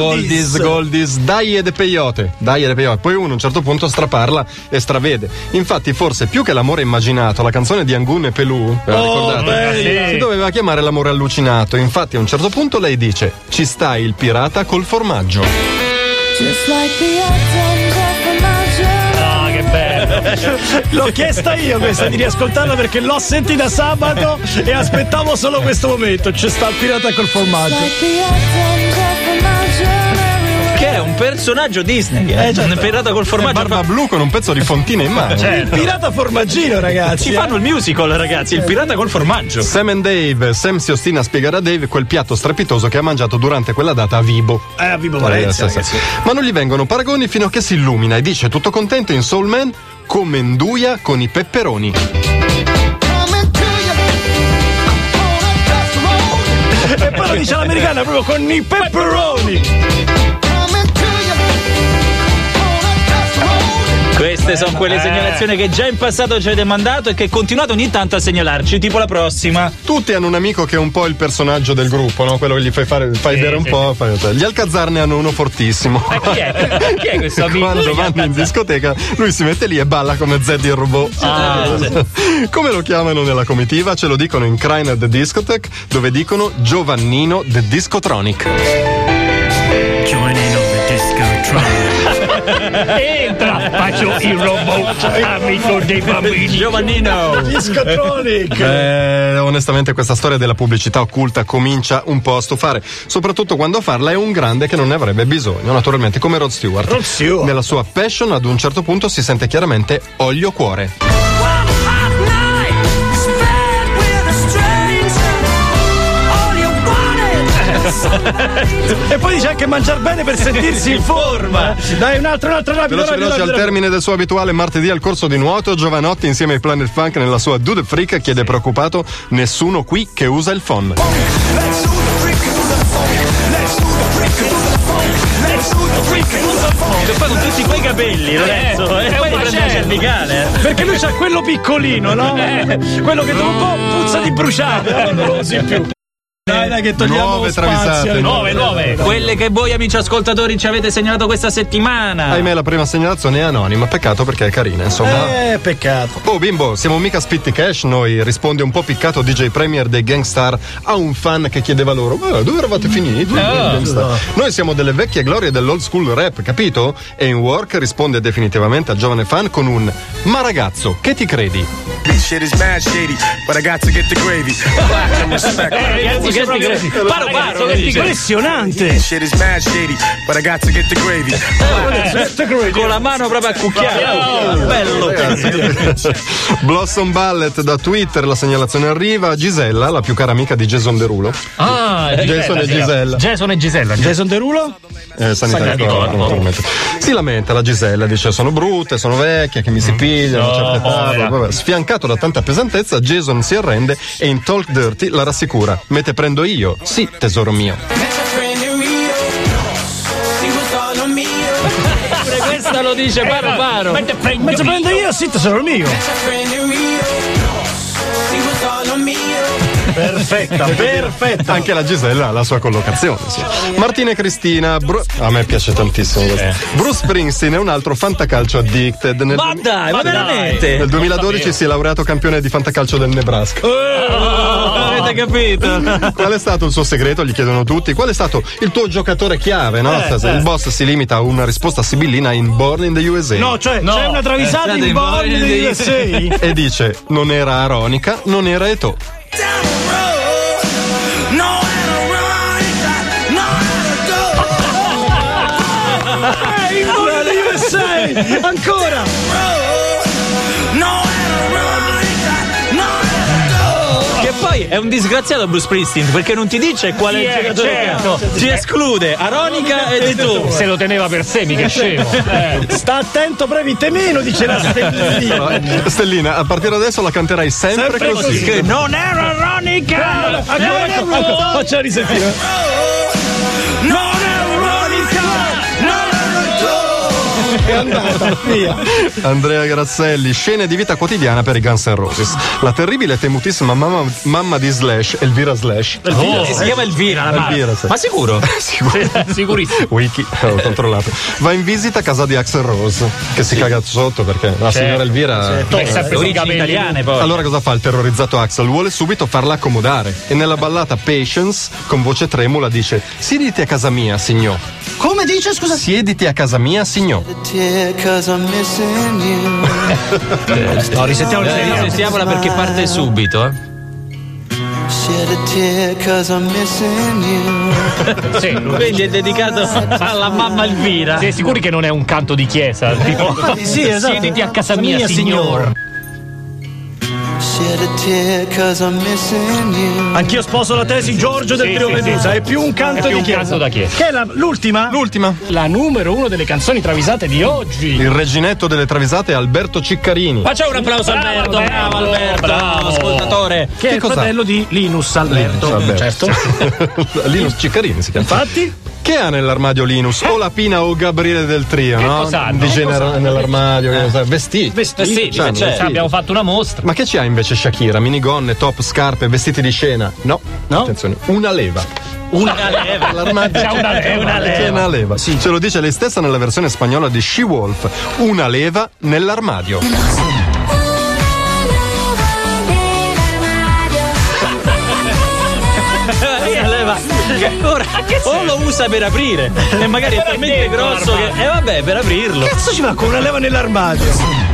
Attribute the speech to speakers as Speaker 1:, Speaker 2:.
Speaker 1: Goldis, Goldis, dai de peyote, dai de peyote. Poi uno a un certo punto straparla e stravede. Infatti, forse più che l'amore immaginato, la canzone di Angun e Pelù, ve la
Speaker 2: Oh,
Speaker 1: ricordate?
Speaker 2: bella.
Speaker 1: Si doveva chiamare l'amore allucinato. Infatti, a un certo punto lei dice: Ci stai il pirata col formaggio.
Speaker 3: Just like the atoms of a magic.
Speaker 4: Uh,
Speaker 2: Ah, che bello! L'ho chiesta io questa di riascoltarla perché l'ho sentita sabato e aspettavo solo questo momento. C'è sta il pirata col formaggio.
Speaker 3: Like the atoms of a imaginary world.
Speaker 5: Che è un personaggio Disney, eh?
Speaker 2: Eh, certo.
Speaker 5: Un pirata col formaggio.
Speaker 1: Barba blu con un pezzo di fontina in mano.
Speaker 2: Il pirata formaggino, ragazzi.
Speaker 5: Ci
Speaker 2: eh.
Speaker 5: fanno il musical, ragazzi, il pirata col formaggio.
Speaker 1: Sam and Dave, Sam si ostina a spiegare a Dave quel piatto strepitoso che ha mangiato durante quella data a Vibo.
Speaker 2: Eh, a Vibo
Speaker 1: Eh,
Speaker 2: Valencia,
Speaker 1: sì, sì.
Speaker 2: ragazzi.
Speaker 1: Ma non gli vengono paragoni fino a che si illumina e dice tutto contento in Soul Man come enduia con i pepperoni.
Speaker 2: E poi lo dice l'americana proprio con i pepperoni.
Speaker 5: Queste
Speaker 1: Eh.
Speaker 5: sono quelle segnalazioni che già in passato ci avete mandato e che continuate ogni tanto a segnalarci, tipo la prossima.
Speaker 1: Tutti hanno un amico che è un po' il personaggio del gruppo, no? Quello che gli fai, fare, fai
Speaker 5: Sì,
Speaker 1: bere un
Speaker 5: sì,
Speaker 1: po'. fai- Gli Alcazar ne hanno uno fortissimo.
Speaker 5: Ma chi è? Chi è questo amico?
Speaker 1: Quando vanno in discoteca, lui si mette lì e balla come Zed il robot.
Speaker 5: Ah, sì.
Speaker 1: Come lo chiamano nella comitiva? Ce lo dicono in Crime at the Discotheque, dove dicono Giovannino the Discotronic.
Speaker 6: Join in on the disco train.
Speaker 4: Entra, faccio il robot, amico dei bambini.
Speaker 5: Giovannino!
Speaker 2: Discotronic.
Speaker 1: Eh, onestamente questa storia della pubblicità occulta comincia un po' a stufare, soprattutto quando a farla è un grande che non ne avrebbe bisogno, naturalmente come Rod Stewart.
Speaker 2: Rod Stewart.
Speaker 1: Nella sua passion ad un certo punto si sente chiaramente olio cuore.
Speaker 2: E poi dice anche mangiar bene per sentirsi in forma. Dai, un altro, un altro rapido, rapido,
Speaker 1: Veloce, veloce, al
Speaker 2: rapido, rapido.
Speaker 1: termine del suo abituale martedì al corso di nuoto, Giovanotti insieme ai Planet Funk nella sua Dude Freak chiede preoccupato nessuno qui che usa il phone.
Speaker 5: Che poi con tutti quei capelli, Lorenzo. E poi ti prende la cervicale.
Speaker 2: Perché lui c'ha quello piccolino, no? Quello che dopo un po' puzza di bruciato. allora Non lo usi più. Dai, dai, che togliamo
Speaker 1: Nuove
Speaker 2: spazio.
Speaker 1: travisate,
Speaker 2: Nuove, nuove.
Speaker 5: Quelle che voi amici ascoltatori ci avete segnalato questa settimana.
Speaker 1: Ahimè la prima segnalazione è anonima, peccato perché è carina, insomma.
Speaker 2: Ah. Eh, peccato.
Speaker 1: Oh bimbo, siamo mica Spitty Cash noi, risponde un po' piccato DJ Premier dei Gangstar a un fan che chiedeva loro, "Ma dove eravate finiti? Gangstar?" Noi siamo delle vecchie glorie dell'old school rap, capito? E in work risponde definitivamente al giovane fan con un Ma ragazzo, che ti credi?
Speaker 7: This shit is mad shady, but I got to get the gravy. Black and respect.
Speaker 5: Ragazzi, che sti- Paro, paro, che dice?
Speaker 2: Impressionante.
Speaker 7: Shit is mad shady, but I got to get the gravy.
Speaker 5: Con la mano proprio a cucchiare. Bello.
Speaker 1: Blossom Ballet da Twitter, la segnalazione arriva, Gisella, la più cara amica di Jason Derulo.
Speaker 4: Ah,
Speaker 1: Jason e Gisella.
Speaker 4: Jason e Gisella.
Speaker 2: Jason Derulo?
Speaker 1: Eh, sanità di
Speaker 4: corpo,
Speaker 1: corpo, naturalmente. Si lamenta la Gisella, dice sono brutte, sono vecchie, che mi si pigliano, certe tavole, vabbè. Sfiancato da tanta pesantezza, Jason si arrende e in Talk Dirty la rassicura. Me te prendo io, sì, tesoro mio.
Speaker 5: Pure questa lo dice paro paro.
Speaker 2: Cioè, Ma ci prendo io, sì, tesoro mio. Perfetta, perfetta.
Speaker 1: Anche la Gisella ha la sua collocazione. sì. Martina e Cristina, Bru- a me piace tantissimo questo. Bruce Springsteen è un altro fantacalcio addicted. Nel,
Speaker 5: Ma dai, ma
Speaker 1: nel
Speaker 5: veramente?
Speaker 1: 2012 si è laureato campione di fantacalcio del Nebraska.
Speaker 5: Avete capito?
Speaker 1: Qual è stato il suo segreto? Gli chiedono tutti. Qual è stato il tuo giocatore chiave? No? Se Il boss si limita a una risposta sibillina in Born in the USA.
Speaker 2: No, cioè, c'è una travisata
Speaker 5: pensate
Speaker 2: in
Speaker 5: in
Speaker 2: Born
Speaker 5: Born
Speaker 2: degli
Speaker 5: di-
Speaker 2: USA.
Speaker 1: E dice: Non era Aronica, non era Eto.
Speaker 2: Eh, in Born degli USA! Ancora!
Speaker 5: Che poi è un disgraziato Bruce Springsteen perché non ti dice qual è il
Speaker 4: Sì, eh,
Speaker 5: giocatore che ha.
Speaker 4: certo.
Speaker 5: Ti esclude Aronica e di tu.
Speaker 4: Se lo teneva per sé,
Speaker 5: Eh,
Speaker 4: mica scemo.
Speaker 5: certo.
Speaker 4: Eh.
Speaker 2: Sta attento, previte meno, dice la stellina.
Speaker 1: Stellina, a partire adesso la canterai sempre,
Speaker 2: Sempre
Speaker 1: così.
Speaker 2: così.
Speaker 5: Che non era Aronica.
Speaker 2: Ancora, ancora, ancora. Facciamo risentire.
Speaker 5: Non era Aronica.
Speaker 1: E
Speaker 2: andata via.
Speaker 1: Andrea Grazzelli, scene di vita quotidiana per i Guns N' Roses. La terribile e temutissima mamma, mamma di Slash, Elvira Slash.
Speaker 4: Oh,
Speaker 5: Elvira, si chiama Elvira, la mamma.
Speaker 1: Elvira, sì.
Speaker 5: ma sicuro?
Speaker 4: Sicurissimo.
Speaker 1: Wiki, ho controllato. Va in visita a casa di Axel Rose, che si caga sotto perché la signora Elvira.
Speaker 4: Beh, sempre
Speaker 5: Le
Speaker 4: con i
Speaker 5: origini
Speaker 4: capelli.
Speaker 5: italiane poi.
Speaker 1: Allora cosa fa il terrorizzato Axel? Vuole subito farla accomodare e nella ballata Patience, con voce tremula, dice Siediti a casa mia, signor. Come dice, scusa? Siediti a casa mia, signor.
Speaker 2: No, risentiamo le
Speaker 5: Eh, sentiamola perché parte subito. eh.
Speaker 4: Sì, lui-
Speaker 5: Quindi è dedicato alla mamma Elvira.
Speaker 4: Siete sicuri che non è un canto di chiesa?
Speaker 5: Eh.
Speaker 4: Tipo,
Speaker 5: sì, esatto.
Speaker 4: siediti a casa mia,
Speaker 5: Mia,
Speaker 4: signor.
Speaker 2: Anch'io sposo la tesi Giorgio del
Speaker 4: Sì,
Speaker 2: Trio
Speaker 4: sì,
Speaker 2: Medusa.
Speaker 4: sì.
Speaker 2: È più un
Speaker 4: È
Speaker 2: canto
Speaker 4: più
Speaker 2: di
Speaker 4: un canto
Speaker 2: chiesa.
Speaker 4: da chiesa.
Speaker 2: Che è la- l'ultima?
Speaker 1: L'ultima.
Speaker 4: La numero uno delle canzoni travisate di oggi.
Speaker 1: Il reginetto delle travisate è Alberto Ciccarini.
Speaker 5: Facciamo un applauso
Speaker 4: Bravo,
Speaker 5: Alberto,
Speaker 4: Alberto,
Speaker 5: bravo Alberto,
Speaker 4: bravo.
Speaker 5: ascoltatore.
Speaker 2: Che è il
Speaker 1: cos'ha?
Speaker 2: fratello di Linus Alberto.
Speaker 1: Alberto.
Speaker 2: Certo.
Speaker 1: Eh, Linus Ciccarini si chiama.
Speaker 2: Infatti,
Speaker 1: Che ha nell'armadio Linus? O la Pina o Gabriele del Trio, no?
Speaker 4: cos'hanno?
Speaker 1: Dice
Speaker 4: Che
Speaker 1: nel-
Speaker 4: cos'hanno?
Speaker 1: nell'armadio, che cosa- vestiti.
Speaker 5: Eh sì,
Speaker 1: C'hanno,
Speaker 5: c'è.
Speaker 1: sì.
Speaker 4: Cioè, abbiamo fatto una mostra.
Speaker 1: Ma che c'ha invece Shakira? Minigonne, top, scarpe, vestiti di scena? No.
Speaker 5: No?
Speaker 1: Attenzione, una leva.
Speaker 5: Una leva.
Speaker 1: L'armadio
Speaker 4: C'è una leva, una
Speaker 1: C'è
Speaker 4: leva.
Speaker 1: una leva. Ce lo dice lei stessa nella versione spagnola di She Wolf. Una leva nell'armadio.
Speaker 2: Eh,
Speaker 5: Una leva. Ora, o lo usa per aprire, e magari è talmente
Speaker 4: dentro
Speaker 5: grosso che.
Speaker 2: eh,
Speaker 5: E vabbè, per aprirlo.
Speaker 2: cazzo ci va con una leva nell'armadio?